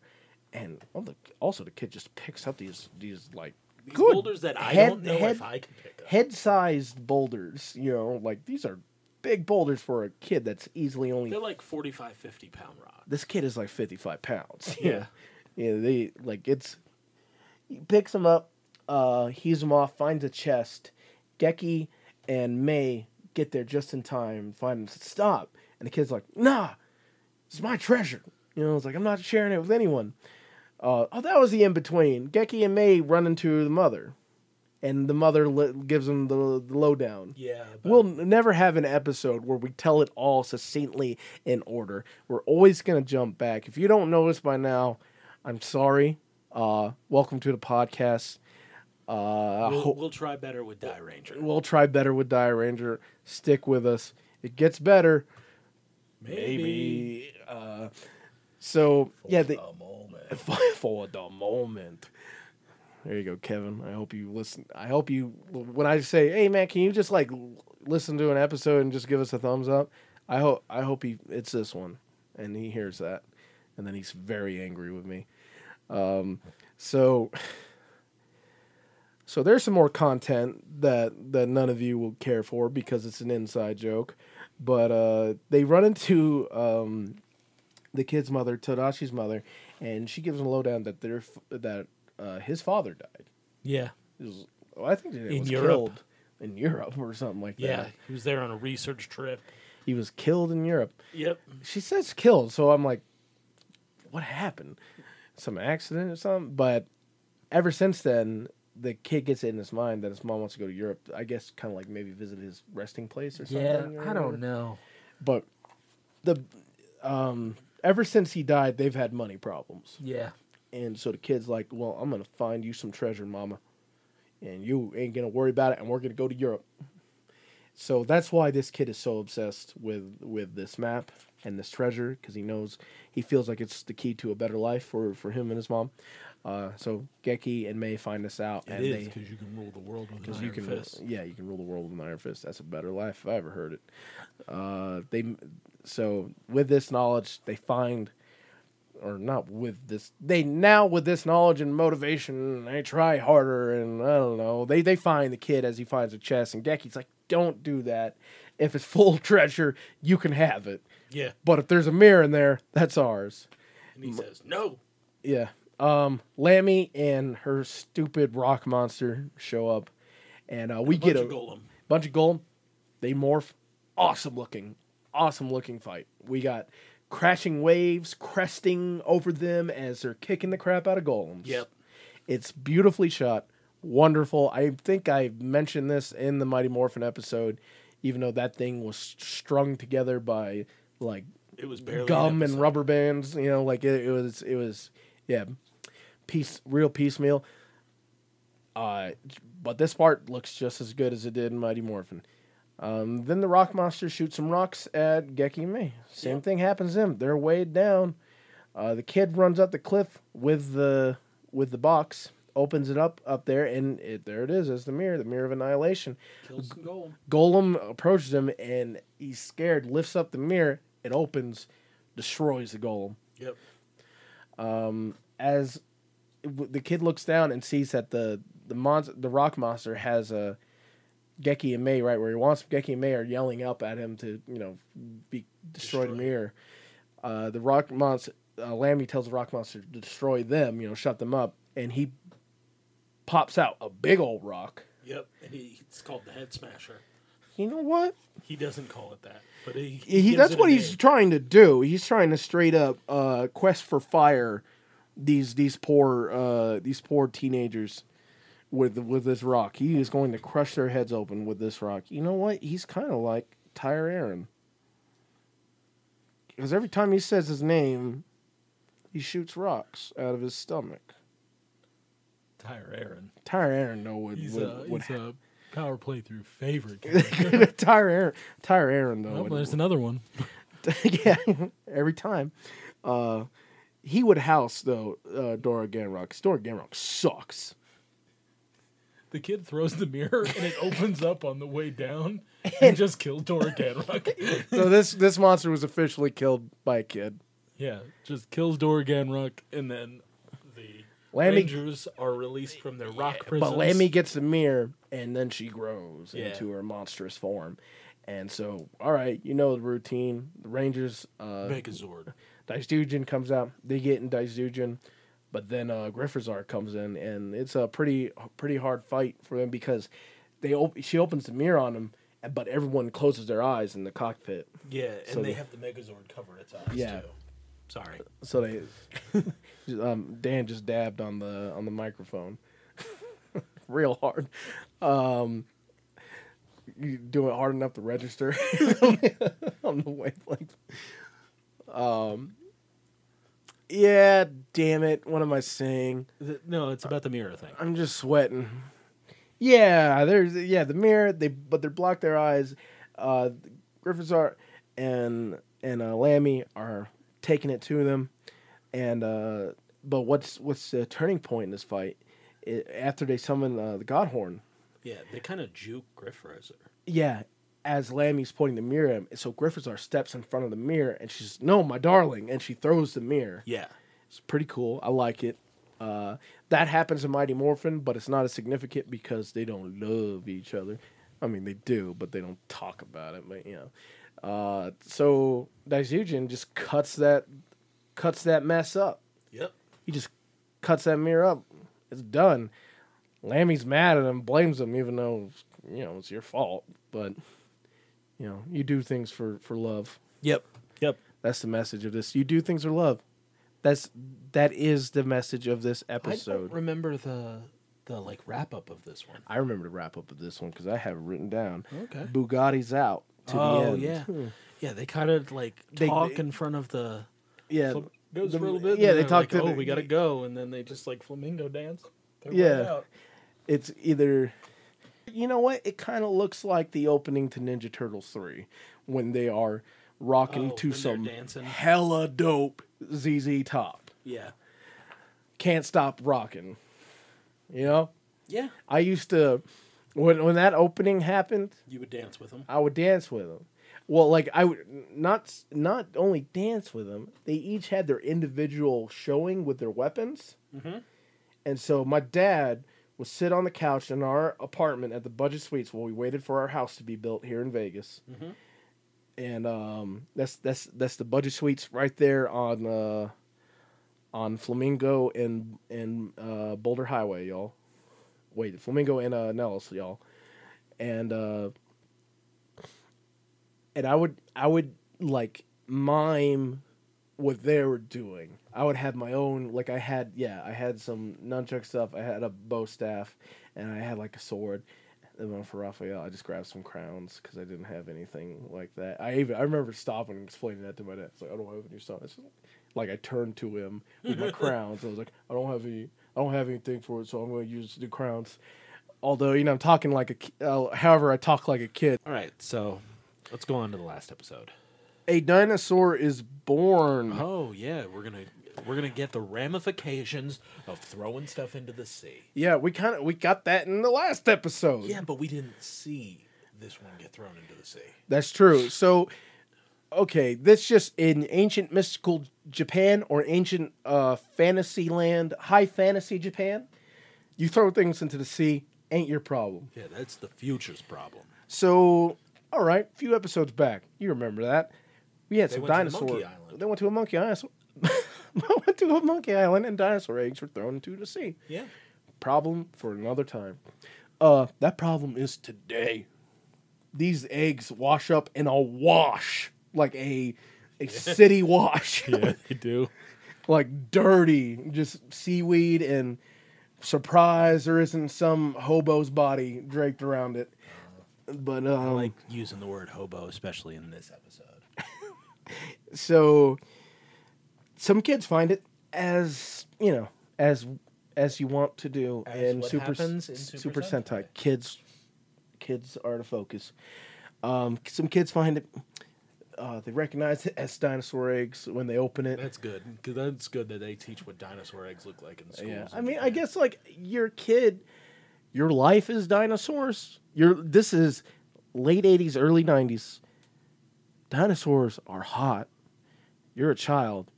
and all the, also the kid just picks up these these like
These
good
boulders that I
head-
don't know
head-
if I can pick up.
head sized boulders. You know, like these are big boulders for a kid that's easily only
They're like 45, 50 pound rock.
this kid is like 55 pounds. *laughs*
Yeah.
Yeah, they like it's he picks him up, uh, heaves him off, finds a chest. Geki and May get there just in time, find him stop. And the kid's like, nah, it's my treasure. You know, it's like I'm not sharing it with anyone. Uh, oh, that was the in between. Geki and May run into the mother, and the mother li- gives them the, the lowdown.
Yeah, but
We'll n- never have an episode where we tell it all succinctly in order. We're always going to jump back. If you don't notice by now, I'm sorry. Uh, welcome to the podcast. Uh,
we'll,
ho-
we'll try better with Die Ranger.
we'll try better with Dire Ranger. Stick with us. It gets better. Maybe. Uh, so, yeah, the,
a moment.
*laughs* for the moment. There you go, Kevin. I hope you listen. I hope you when I say, "Hey, man, can you just like l- listen to an episode and just give us a thumbs up?" I hope I hope he it's this one, and he hears that, and then he's very angry with me. Um, so, so there's some more content that that none of you will care for because it's an inside joke, but uh, they run into um, the kid's mother, Tadashi's mother, and she gives him a lowdown that their f- that uh, his father died.
Yeah,
It was, well, I think it
In
was
Europe.
killed in Europe or something like
yeah.
that.
He was there on a research trip.
He was killed in Europe.
Yep.
She says killed, so I'm like, what happened? Some accident or something? But ever since then, the kid gets it in his mind that his mom wants to go to Europe. I guess kind of like maybe visit his resting place or something. or whatever.
know.
But the um, ever since he died, they've had money problems.
Yeah.
And so the kid's like, "Well, I'm gonna find you some treasure, Mama, and you ain't gonna worry about it, and we're gonna go to Europe." So that's why this kid is so obsessed with with this map and this treasure because he knows he feels like it's the key to a better life for for him and his mom. Uh, so Geki and May find this out,
It
and
is
they
because you can rule the world with an
because
iron
you can
fist.
yeah you can rule the world with an iron fist. That's a better life if I ever heard it. Uh, they so with this knowledge they find or not with this they now with this knowledge and motivation they try harder and i don't know they they find the kid as he finds a chest and Geki's like don't do that if it's full of *laughs* treasure you can have it
Yeah.
but if there's a mirror in there that's ours
And he says, no.
yeah. Um, Lammy and her stupid rock monster show up, and uh, we
Bunch
get a
of golem.
bunch of gold. They morph. Awesome looking, awesome looking fight. We got crashing waves cresting over them as they're kicking the crap out of golems.
Yep.
It's beautifully shot. Wonderful. I think I mentioned this in the Mighty Morphin episode, even though that thing was strung together by like
It was barely an
gum and
episode.
rubber bands. You know, like it, it was, it was, yeah, piece real piecemeal. Uh, but this part looks just as good as it did in Mighty Morphin. Um, then the rock monster shoots some rocks at Geki and me. Same thing happens to them. They're weighed down. Uh, the kid runs up the cliff with the with the box, opens it up up there, and it, there it is as the mirror, the mirror of annihilation.
Kills some golem.
Golem approaches him and he's scared, lifts up the mirror, it opens, destroys the golem.
Yep.
As w- the kid looks down and sees that the the monster, the rock monster has a Geki and May right where he wants. him. Geki and May are yelling up at him to you know be destroy the
Destroy.
mirror. Uh, the rock monster, uh, Lammy tells the rock monster to destroy them, you know, shut them up, and he pops out a big old rock.
Yep. And he, it's called the head smasher.
You know what?
He doesn't call it that, but he,
he,
gives
that's
it a
what he's
name.
trying to do. He's trying to straight up uh, quest for fire these these poor uh, these poor teenagers with with this rock. He is going to crush their heads open with this rock. You know what? He's kind of like Tyre Aaron. Because every time he says his name, he shoots rocks out of his stomach.
Tyre Aaron.
Tyre Aaron, no, would
He's,
would,
a,
would
he's
*laughs*
a power playthrough favorite. *laughs*
Oh,
Tyre Aaron, Tyre Aaron, though.
oh,
would-
there's another one. *laughs*
*laughs* yeah, every time. Uh, he would house though uh, Dora Ganrock. 'cause Dora Ganrock sucks.
The kid throws the mirror and it opens up on the way down *laughs* and just kills Dora *laughs* Ganrock.
So this this monster was officially killed by a kid.
yeah, just kills Dora Ganrock and then the
Lammy-
Rangers are released from their rock prisons.
But Lammy gets the mirror, and then she grows
Yeah.
into her monstrous form. And so, all right, you know the routine. The Rangers, uh,
Megazord.
Dizugen comes out. They get in Dizugen, but then uh, Griffizar comes in, and it's a pretty pretty hard fight for them because they op- she opens the mirror on him, but everyone closes their eyes in the cockpit.
Yeah, and
So
they
the-
have the Megazord cover its eyes
Yeah.
too. Sorry.
So they, *laughs* um, Dan just dabbed on the on the microphone, *laughs* real hard. Um, you do it hard enough to register *laughs* on the wavelength. Um, yeah, damn it! What am I saying?
No, it's about the mirror thing.
I'm just sweating. Yeah, there's yeah the mirror. They but they block their eyes. Uh, Griffiths are and and uh, Lammy are taking it to them. And uh, but what's what's the turning point in this fight? It, after they summon uh, the Godhorn.
Yeah, they kind of juke Griffroser.
Yeah, as Lammy's pointing the mirror at him, so Griffithsar steps in front of the mirror and she's no, my darling, and she throws the mirror.
Yeah.
It's pretty cool. I like it. Uh, that happens in Mighty Morphin, but it's not as significant because they don't love each other. I mean, they do, but they don't talk about it. But you know, uh, so Daisugen just cuts that cuts that mess up.
Yep.
He just cuts that mirror up. It's done. Lammy's mad at him, blames him, even though you know it's your fault. But you know, you do things for for love.
Yep. Yep.
That's the message of this. You do things for love. That's that is the message of this
I don't
episode.
remember the the like wrap up of this one.
I remember to wrap up of this one because I have it written down.
Okay.
Bugatti's out to the
oh
end. Hmm.
yeah, yeah. They kind of like
They-
talk
they-
in front of the.
yeah,
fl- goes
the-
for a little bit.
yeah,
and
they
they're
talked
Like,
to
oh,
the-
we gotta go, and then they just like flamingo dance. They're
Yeah.
right out.
It's either you know what? It kind of looks like the opening to Ninja Turtles three when they are
Oh,
rocking
when
to
they're
some
dancing.
hella dope ZZ Top.
Yeah.
Can't stop rocking. You know,
Yeah.
I used to when when that opening happened.
You would dance with them.
I would dance with them. Well, like I would not s- not only dance with them. They each had their individual showing with their weapons, and so my dad would sit on the couch in our apartment at the Budget Suites while we waited for our house to be built here in Vegas. And um, that's that's that's the Budget Suites right there on uh, on Flamingo and and uh, Boulder Highway, y'all. Wait, Flamingo and uh, Nellis, y'all. And uh, and I would I would like mime what they were doing. I would have my own like I had yeah, I had some nunchuck stuff, I had a bow staff, and I had like a sword. And then for Raphael, I just grabbed some crowns because I didn't have anything like that. I even I remember stopping and explaining that to my dad. It's like I don't have any stuff. It's like I turned to him with my crowns. I was like, I don't have any, I don't have anything for it, so I'm going to use the crowns. Although you know I'm talking like a, ki- uh, however I talk like a kid.
All right, so let's go on to the last episode.
A dinosaur is born.
Oh yeah, we're gonna we're gonna get the ramifications of throwing stuff into the sea.
Yeah, we kind of we got that in the last episode.
Yeah, but we didn't see this one get thrown into the sea.
that's true. So, okay, this just in ancient mystical Japan or ancient uh, fantasy land, high fantasy Japan. You throw things into the sea, ain't your problem.
Yeah, that's the future's problem.
So, all right, a few episodes back, you remember that we had
They
some
went to the
dinosaur.
Monkey Island.
They went to a monkey island. *laughs* went to a monkey island, and dinosaur eggs were thrown into the sea.
Yeah.
problem for another time. Uh, that problem is today. These eggs wash up in a wash, like a a city wash,
Yeah,
*laughs*
you do.
*laughs* like dirty, just seaweed and surprise there isn't some hobo's body draped around it. But um,
like using the word hobo, especially in this episode.
so some kids find it as you know as as you want to do
As
and
what
super
happens in Super
super, sentai
Sentai.
kids kids are the focus um, some kids find it uh, they recognize it as dinosaur eggs when they open it
That's good. 'cause that's good that they teach what dinosaur eggs look like in schools.
yeah
in
i mean i
Japan.
guess like your kid your life is dinosaurs your this is late 80s early 90s dinosaurs are hot you're a child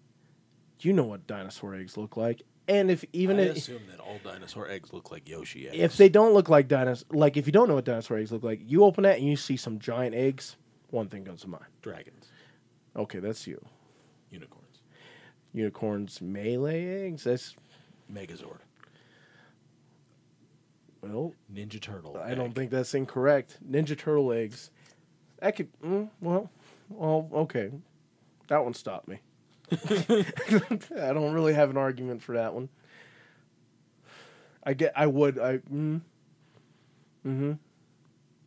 you know what dinosaur eggs look like and if even
I
if,
assume that all dinosaur eggs look like Yoshi eggs.
if they don't look like dinosaurs like if you don't know what dinosaur eggs look like you open that and you see some giant eggs one thing comes to mind
dragons,
okay that's you
unicorns,
unicorns may lay eggs that's
Megazord,
well
Ninja Turtle.
I don't
egg.
think that's incorrect. Ninja Turtle eggs. That could. Mm, well, well, okay. That one
*laughs*
stopped me. *laughs* I don't really have an argument for that one. I get. I would. I. Mm, hmm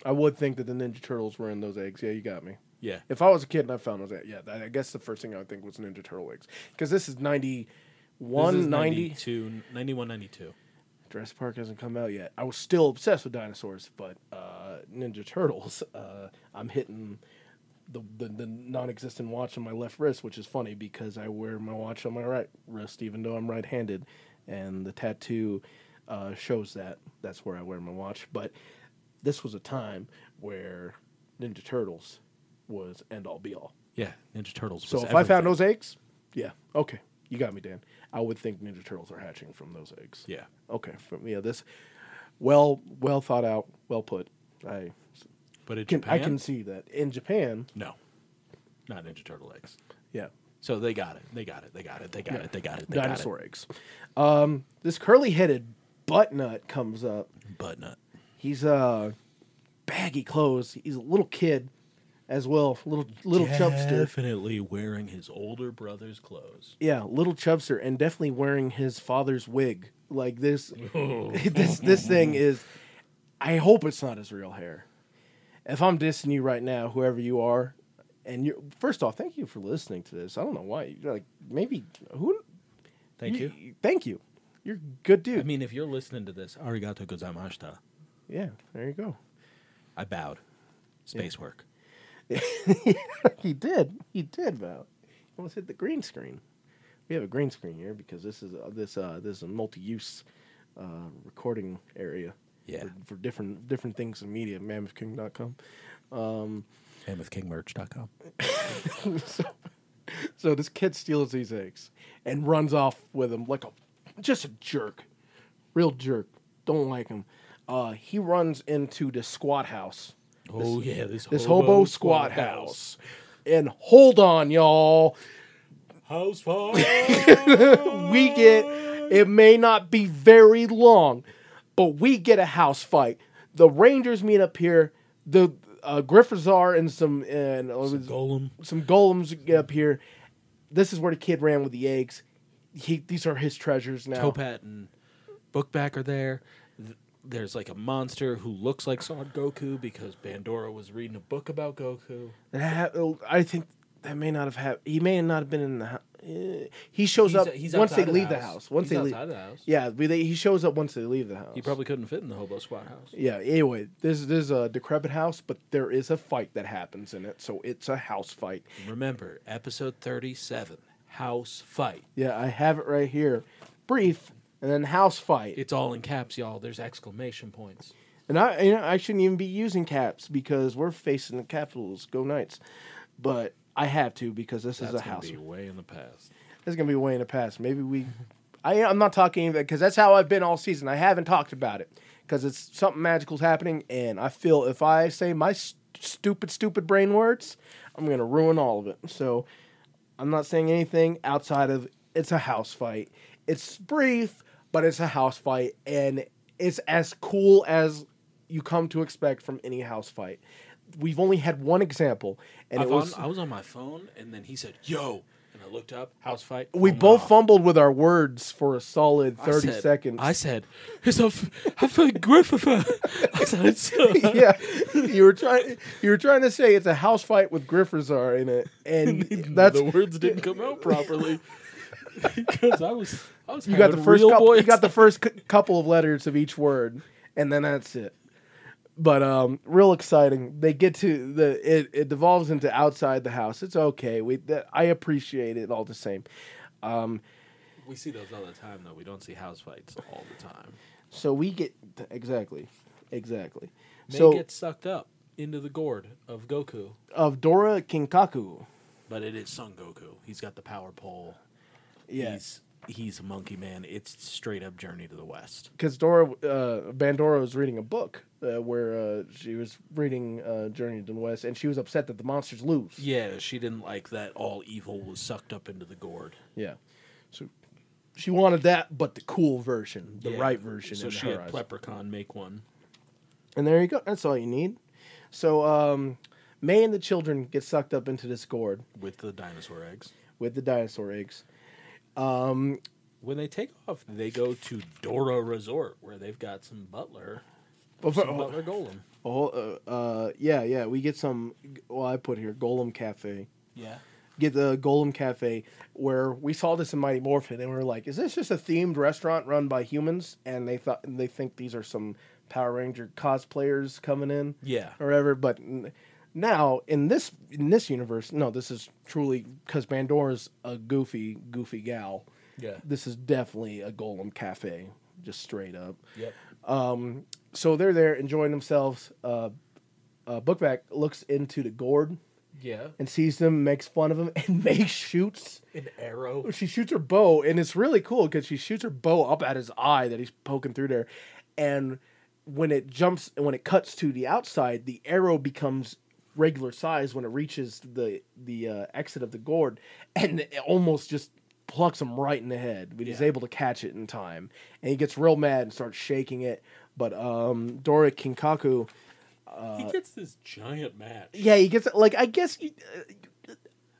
I would think that the Ninja Turtles were in those eggs. Yeah, you got me.
Yeah,
If I was a kid and I found those, eggs, yeah, that, I guess the first thing I would think was Ninja Turtle eggs because this is ninety
This
one
is
ninety.
92, 91, 92.
Jurassic Park hasn't come out yet. I was still obsessed with dinosaurs, but uh, Ninja Turtles, *laughs* uh, I'm hitting the, the the non-existent watch on my left wrist, which is funny because I wear my watch on my right wrist, even though I'm right-handed, and the tattoo uh, shows that that's where I wear my watch. But this was a time where Ninja Turtles was end-all, be-all.
Yeah, Ninja Turtles.
So
was
if I found
everything.
those eggs, yeah, okay, you got me, Dan. I would think Ninja Turtles are hatching from those eggs.
yeah,
Okay, from yeah, this well well thought out, well put. I
but in
can
Japan,
I can see that in Japan.
no, not Ninja Turtle eggs.
Yeah,
So they got it. They got it. They got it. They got it. They got it. They
dinosaur eggs. Um, this curly headed butt nut comes up.
got it. But not.
He's uh baggy clothes. He's a little kid as well, little little chubster.
Definitely wearing his older brother's clothes.
Yeah, little chubster, and definitely wearing his father's wig.
*laughs*
Like this, *laughs* this this thing is. I hope it's not his real hair. If I'm dissing you right now, whoever you are, and you first off, thank you for listening to this. I don't know why. You're like maybe who?
Thank you.
Thank you. You're a good dude.
I mean, if you're listening to this, arigato gozaimashita.
yeah, there you go.
I bowed. Space work.
*laughs* he did. He did, Val. He almost hit the green screen. We have a green screen here because this is uh, this uh, this is a multi-use uh, recording area.
Yeah.
For, for different different things in media, mammothking.com. Um,
MammothKingMerch.com.
So this kid steals these eggs and runs off with them like a just a jerk, real jerk. Don't like him. Uh, he runs into the squat house,
Oh yeah, this,
this hobo, squat, house. and hold on, y'all. *laughs*
House fire.
We get it may not be very long, but we get a house fight. The Rangers meet up here. The uh, Griffithsar and some and uh,
Golem.
some golems get up here. This is where the kid ran with the eggs. He, these are his treasures now.
Topat and Bookback are there. Th- There's like a monster who looks like Son Goku because Bandora was reading a book about Goku.
That ha- I think that may not have happened. He may not have been in the house. He shows
He's-
up
he's
once they
outside of
leave the
house.
house. Once
He's
they leave,
outside of the house.
yeah, we, they, he shows up once they leave the house.
He probably couldn't fit in the hobo squat house.
yeah. Anyway, this this is a decrepit house, but there is a fight that happens in it, so it's a house fight.
Remember, episode 37, house fight.
Yeah, I have it right here. Brief and then house fight.
It's all in caps, y'all. There's exclamation points.
And I, you know, I shouldn't even be using caps because we're facing the Capitals. Go Knights! But I have to because this is a
gonna
house.
be way in the past.
That's gonna be way in the past. Maybe we. I, I'm not talking because that's how I've been all season. I haven't talked about it because it's something magical's happening, and I feel if I say my st- stupid, stupid brain words, I'm gonna ruin all of it. So I'm not saying anything outside of it's a house fight. It's brief, but it's a house fight, and it's as cool as you come to expect from any house fight. We've only had one example, and
I,
it
found-
was
I was on my phone, and then he said, yo. And I looked up, house fight.
we
home
both
run.
fumbled with our words for a solid
Oh, I
30
said-
seconds. *laughs*
I said, it's a, f- I feel Griffith. *laughs* I said, it's *laughs* a,
yeah, you were trying. You were trying to say it's a house fight with Griffithsar in it, and that's
*laughs* the words didn't come out properly *laughs* because I was I was
you got the first
real
couple.
boy.
You got the first cou- couple of letters of each word, and then that's it. But um, real exciting. They get to the. It, it devolves into outside the house. It's okay. We th- I appreciate it all the same. Um,
we see those all the time though. We don't see house fights all the time.
So we get exactly, exactly.
They
so
get sucked up into the gourd of Goku,
of Dora Kinkaku.
but it is Son Goku. He's got the power pole.
Yes.
He's he's a monkey man. It's straight up journey to the west.
because Dora uh, Bandora was reading a book uh, where uh, she was reading uh, Journey to the West, and she was upset that the monsters lose.
Yeah, she didn't like that all evil was sucked up into the gourd.
Yeah. so she wanted that, but the cool version, the
Yeah.
right version.
So
in
she
her
had
eyes.
Pleprecon make one.
And there you go. That's all you need. So um, May and the children get sucked up into this gourd
With the dinosaur eggs.
with the dinosaur eggs.
When they take off, they go to Dora Resort, where they've got some butler,
But for-
some butler golem.
oh, uh, uh, yeah, yeah, we get some. Well, I put here Golem Cafe.
Yeah.
get the Golem Cafe, where we saw this in Mighty Morphin, and we were like, "Is this just a themed restaurant run by humans?" And they thought and they think these are some Power Ranger cosplayers coming in,
Yeah.
or whatever. But n- now in this in this universe, no, this is truly because Bandora's a goofy goofy gal.
Yeah.
This is definitely a Golem Cafe, just straight up.
Yep.
So they're there enjoying themselves. Uh, uh, Bookback looks into the gourd
Yeah.
and sees them, makes fun of them, *laughs* and May shoots
An arrow.
she shoots her bow, and it's really cool because she shoots her bow up at his eye that he's poking through there, and when it jumps when it cuts to the outside, the arrow becomes regular size when it reaches the the uh, exit of the gourd, and it almost just plucks him right in the head. But he's
Yeah.
able to catch it in time, and he gets real mad and starts shaking it. But um, Dora Kinkaku,
Oh, he gets this giant match.
yeah, he gets like I guess. You,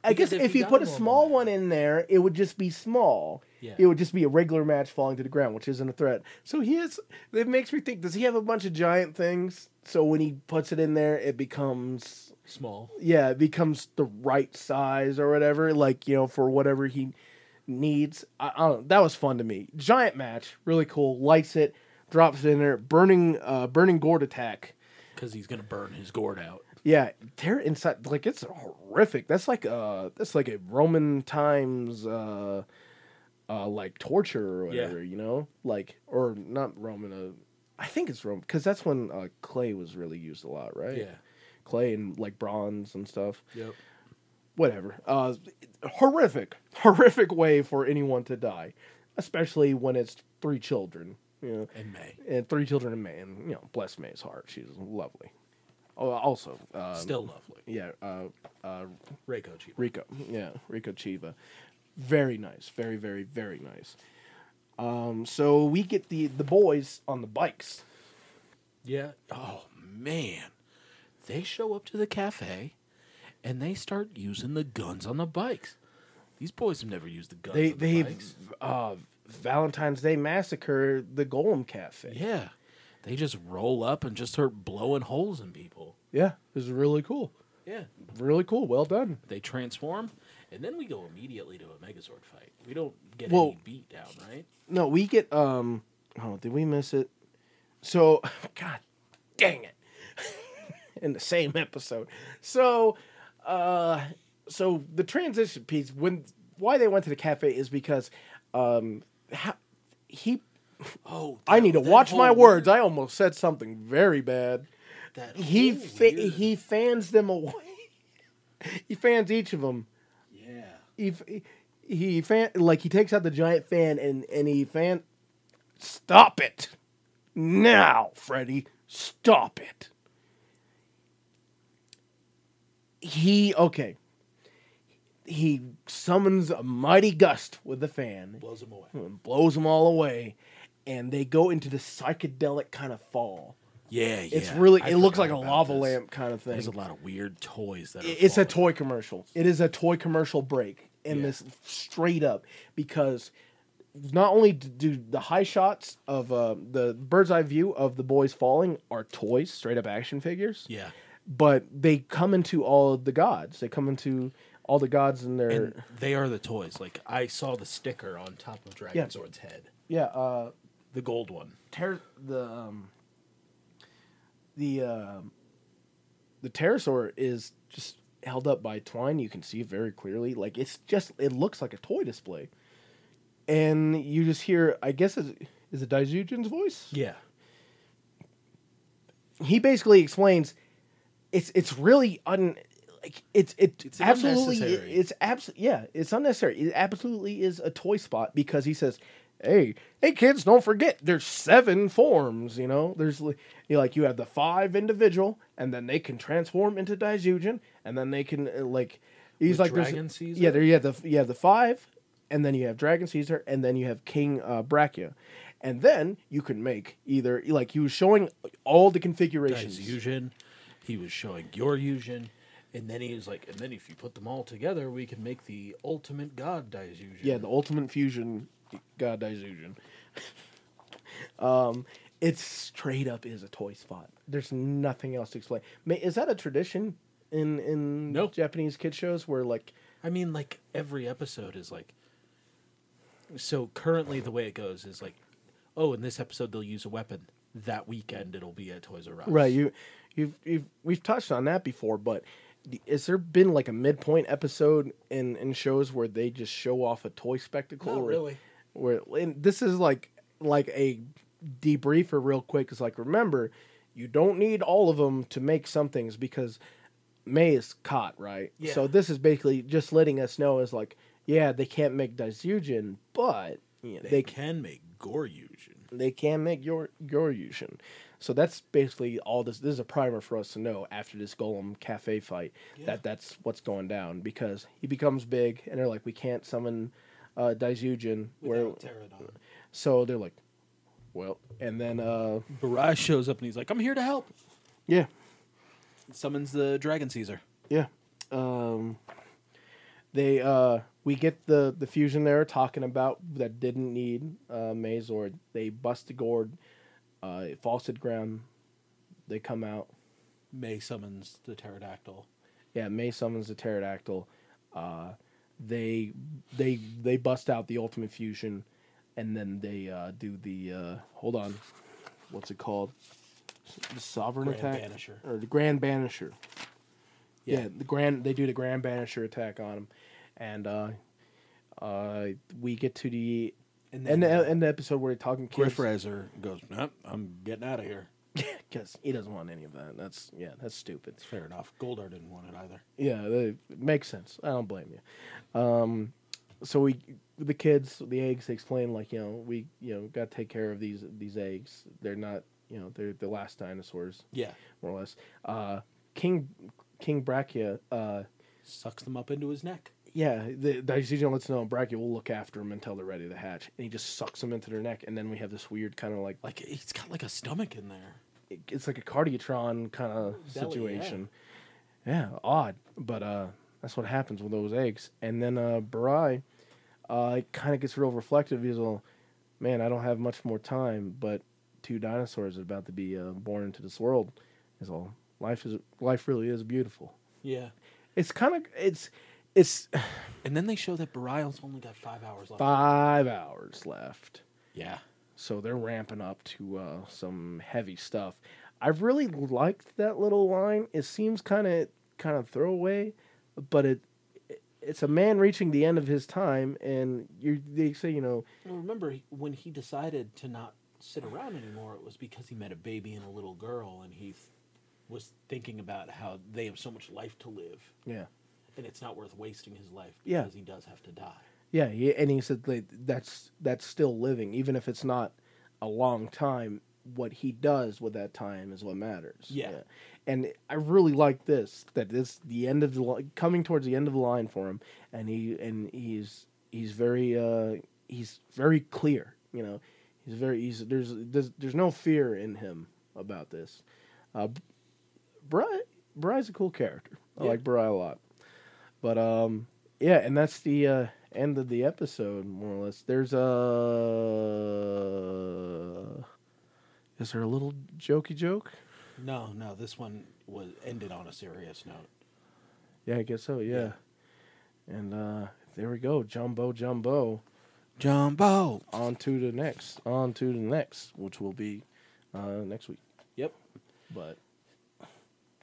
I
Because
guess if,
if you
you
got
put
a
a
normal
small
match-
one in there, it would just be small.
Yeah.
It would just be a regular match falling to the ground, which isn't a threat. So he is. It makes me think: Does he have a bunch of giant things? So when he puts it in there, it becomes
Small.
yeah, it becomes the right size or whatever. Like you know, for whatever he needs. I, I don't. That was fun to me. Giant match, really cool. Lights it, drops it in there. Burning, uh, burning gourd attack.
Because he's going to burn his gourd out.
Yeah, they're inside. Like it's horrific. That's like uh, that's like a Roman times uh, uh, like torture or
Yeah.
whatever. You know, like or not Roman. Uh, I think it's Roman because that's when uh, clay was really used a lot, right?
Yeah.
clay and like bronze and stuff.
Yep.
Whatever. Uh, horrific, *laughs* horrific way for anyone to die, especially when it's three children. You know,
And May.
and three children and May, and you know, bless May's heart. She's lovely. Oh, also, uh,
Um,
Still lovely.
yeah, uh,
Reiko Chiba.
Rico, yeah, Rico Chiva, very nice, very, very, very nice. Um, so we get the the boys on the bikes.
Yeah. Oh man. They show up to the cafe and they start using the guns on the bikes. These boys have never used the guns
They
on
they
the bikes.
uh, Valentine's Day massacre the Golem Cafe.
Yeah. They just roll up and just start blowing holes in people.
yeah, this is really cool,
Yeah.
really cool. Well done.
They transform and then we go immediately to a Megazord fight. We don't get
Well-
any beat down, right?
No, we get um. Oh, did we miss it? So, *laughs* God, dang it! *laughs* In the same episode, so, uh, so the transition piece when why they went to the cafe is because, um, how, he.
Oh,
I
that-
need to
that
watch
whole
my
weird-
words. I almost said something very bad.
that
He
whole
fa-
weird-
he fans them away. *laughs* he fans each of them
Yeah.
he f- he fan like he takes out the giant fan and and he fan stop it now freddy stop it he okay he summons a mighty gust with the fan
Blows them away.
and blows them all away and they go into the psychedelic kind of fall
Yeah, yeah.
it's really
I
it looks
forgot
like a
about
lava
this.
lamp kind of thing
There's a lot of weird toys that are
it- it's a
falling.
toy commercial. It is a toy commercial break in
Yeah.
this straight up because not only d- do the high shots of uh, the bird's eye view of the boys falling are toys, straight up action figures,
Yeah.
but they come into all of the gods. They come into all the gods and their
And they are the toys. Like I saw the sticker on top of Dragonzord's head,
yeah uh,
the gold one.
ter- the um, the um, the pterosaur is just held up by twine. You can see it very clearly. Like it's just it looks like a toy display, and you just hear. I guess is is it Daijujin's voice?
Yeah,
He basically explains. It's it's really un. Like it's it
It's
absolutely
unnecessary.
it's abs yeah it's unnecessary it absolutely is a toy spot because he says hey hey kids don't forget there's seven forms you know there's li- you know, like you have the five individual and then they can transform into Daijujin and then they can uh, like he's
With
like there's-
Dragon Caesar?
yeah there you have the you have the five and then you have Dragon Caesar and then you have King uh, Brachia and then you can make either like he was showing all the configurations
his Yujin. He was showing your Yujin, and then he was like, and then if you put them all together, we can make the ultimate god Daijujin.
Yeah, the Ultimate Fusion, God Daijujin. *laughs* um, it's straight up is a toy spot. There's nothing else to explain. Ma- Is that a tradition in in
No.
Japanese kid shows where like
I mean, like every episode is like. So currently, the way it goes is like, oh, in this episode they'll use a weapon. That weekend it'll be at Toys R Us.
right you you've, you've we've touched on that before, but d- has there been like a midpoint episode in in shows where they just show off a toy spectacle?
Not
where-
really.
where and this is like like a debriefer real quick is like remember you don't need all of them to make some things because may is caught right
Yeah.
so this is basically just letting us know is like yeah they can't make Daisugen, but yeah,
They,
they can
can make Goryujin.
they can make your Yoryushin. So that's basically all this. This is a primer for us to know after this Golem Cafe fight that that's what's going down because he becomes big and they're like, we can't summon uh, Daizujin. Where, so they're like, well, and then uh,
Barai shows up and he's like, "I'm here to help."
yeah,
Summons the Dragon Caesar.
yeah. Um, they uh, we get the the fusion they were talking about that didn't need uh, Mazord. They bust the gourd, uh, falsed ground. They come out.
May summons the pterodactyl.
Yeah, May summons the pterodactyl. Uh, they they they bust out the ultimate fusion, and then they uh, do the uh, hold on, what's it called? The sovereign
Grand
attack
Banisher.
or the grand banisher. Yeah.
Yeah.
the grand they do the grand banisher attack on him, and uh, uh, we get to the
And
and the, and the episode where they're talking kids.
Griff Razor goes, nope, I'm getting out of here.
because he doesn't want any of that. That's yeah, that's stupid.
Fair enough. Goldar didn't want it either.
Yeah, that makes sense. I don't blame you. Um, so we, the kids, the eggs. They explain like you know we you know got to take care of these these eggs. They're not you know they're the last dinosaurs
Yeah.
more or less. Uh, King King Brachia. Uh,
Sucks them up into his neck.
yeah, the Dionysian lets know Brachia will look after them until they're ready to hatch, and he just sucks them into their neck, and then we have this weird kind of like
Like he's got like a stomach in there.
it's like a Cardiatron kind of
Belly,
situation. Yeah. odd, but uh, that's what happens with those eggs. And then uh, Barai, uh, kind of gets real reflective. He's all, "Man, I don't have much more time, but two dinosaurs are about to be uh, born into this world." He's all, "Life is life really is beautiful."
Yeah.
It's kind of it's it's
And then they show that Barial's only got five hours left.
five hours left.
Yeah.
so they're ramping up to uh, some heavy stuff. I really liked that little line. It seems kind of kind of throwaway, but it it's a man reaching the end of his time, and you they say you know
Well, remember he- when he decided to not sit around anymore, it was because he met a baby and a little girl, and he th- was thinking about how they have so much life to live,
yeah
and it's not worth wasting his life
Yeah.
because he does have to die.
yeah he, and he said like, that's that's still living even if it's not a long time. What he does with that time is what matters.
Yeah.
and I really like this that this the end of the li- coming towards the end of the line for him, and he and he's he's very uh he's very clear, you know, he's very he's there's there's, there's no fear in him about this. Uh, Bry Bry's a cool character. I
Yeah.
like Bry a lot, but um yeah, and that's the uh, end of the episode more or less. There's a is there a little jokey joke?
No, no, this one was ended on a serious note.
Yeah, I guess so. Yeah. And uh there we go, jumbo jumbo.
Jumbo.
On to the next. On to the next, which will be uh next week.
Yep.
But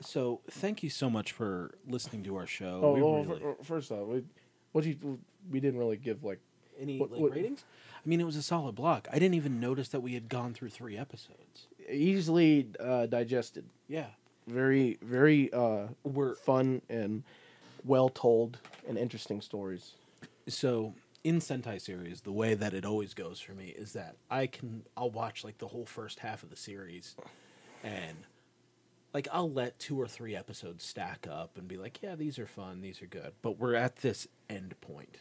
So thank you so much for listening to our show.
oh,
We
well,
really-
fir- first off, we, what you we didn't really give like
any
what-
like,
what-
ratings? I mean, it was a solid block. I didn't even notice that we had gone through three episodes.
easily uh, digested.
Yeah,
Very very uh
we're
fun and well told and interesting stories.
so in Sentai series, the way that it always goes for me is that I can I'll watch like the whole first half of the series and like I'll let two or three episodes stack up and be like, yeah, these are fun, these are good. But we're at this end point.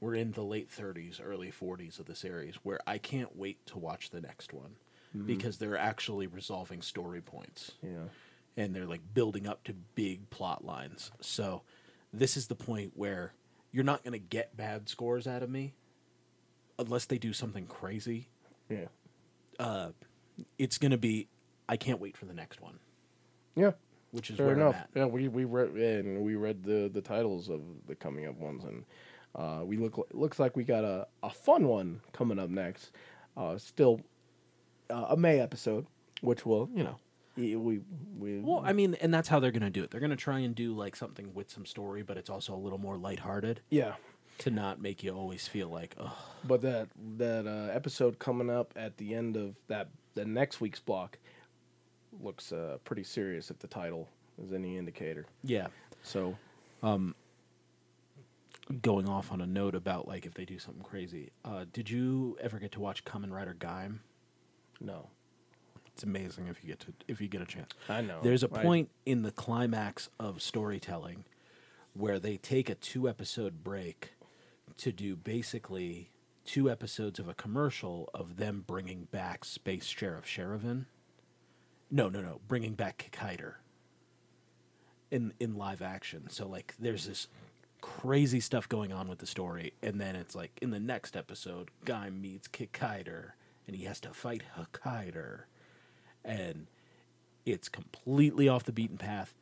We're in the late 30s, early 40s of the series where I can't wait to watch the next one because they're actually resolving story points
Yeah.
and they're like building up to big plot lines. So this is the point where you're not going to get bad scores out of me unless they do something crazy. Uh,
Yeah.
It's going to be I can't wait for the next one,
Yeah.
which is
Fair
where
enough.
I'm at.
Yeah, we we read and we read the the titles of the coming up ones, and uh, we look li- looks like we got a, a fun one coming up next. Uh, still uh, a May episode, which will you know y- we we
Well, I mean, and that's how they're going to do it. They're going to try and do like something with some story, but it's also a little more lighthearted
yeah.
to not make you always feel like, oh,
But that that uh, episode coming up at the end of that the next week's block looks uh, pretty serious if the title is any indicator.
yeah.
So
Going off on a note about like if they do something crazy. Uh, did you ever get to watch Kamen Rider Gaim?
no,
It's amazing if you get to if you get a chance.
I know
There's a
I-
point in the climax of storytelling where they take a two episode break to do basically two episodes of a commercial of them bringing back Space Sheriff Sherivan. No, no, no, bringing back Kikider in in live action. So like there's this crazy stuff going on with the story and then it's like in the next episode guy meets Kikider and he has to fight Hikider and it's completely off the beaten path.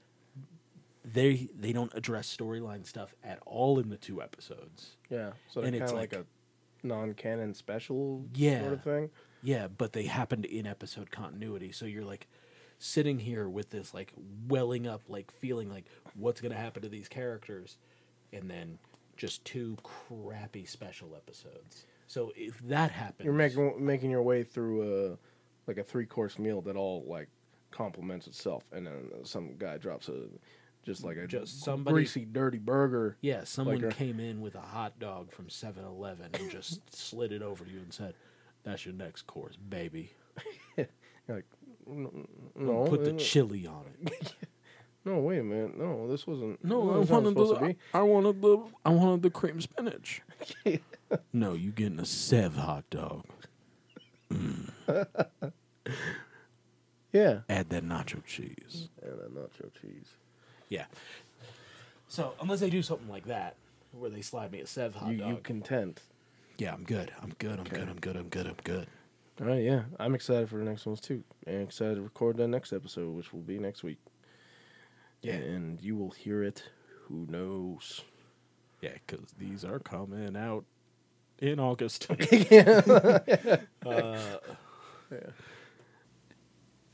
They they don't address storyline stuff at all in the two episodes.
Yeah, so they're
And
kind
it's
of like,
like-
a non-canon special
Yeah.
sort of thing.
Yeah, but they happened in episode continuity. So you're like sitting here with this like welling up like feeling like what's going to happen to these characters and then just two crappy special episodes. So if that happens
You're making making your way through like a three course meal that all like complements itself, and then some guy drops a just like a
Just somebody-
greasy, dirty burger.
Yeah, someone
a-
came in with a hot dog from 7-Eleven and just *laughs* slid it over to you and said, "That's your next course, baby.
You're like, no,
Put the
uh,
chili on it."
*laughs* no, wait a minute, no, this wasn't.
No, I
this wasn't
wanted
supposed to
the
be.
I wanted the I wanted the cream
*laughs*
spinach.
No, you getting a Sev hot dog.
Yeah,
Add that nacho cheese.
and a nacho cheese.
Yeah. So unless they do something like that, where they slide me a Sev hot
You
dog,
you content?
yeah, I'm good. I'm good. I'm good. I'm good. I'm good. I'm good.
All right, yeah, I'm excited for the next ones too, and excited to record that next episode, which will be next week.
Yeah.
and you will hear it. Who knows?
Yeah, because these are coming out in August. Uh,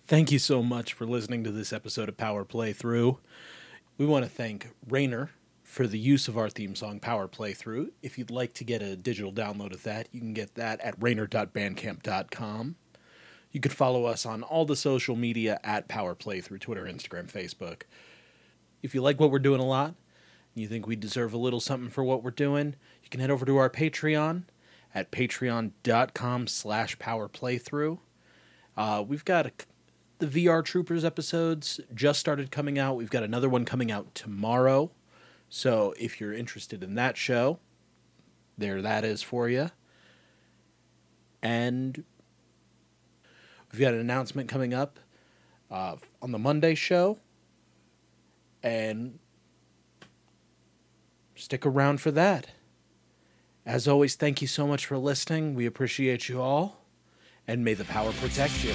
Thank you so much for listening to this episode of Power Playthrough. We want to thank Rainer for the use of our theme song, Power Playthrough. If you'd like to get a digital download of that, you can get that at rainer.bandcamp.com. You can follow us on all the social media at Power Playthrough, Twitter, Instagram, Facebook. If you like what we're doing a lot, and you think we deserve a little something for what we're doing, you can head over to our Patreon at patreon.com slash power playthrough. Uh, we've got a, the VR Troopers episodes just started coming out. We've got another one coming out tomorrow. So if you're interested in that show, there that is for you. And we've got an announcement coming up uh, on the Monday show. And stick around for that. As always, thank you so much for listening. We appreciate you all, and may the power protect you.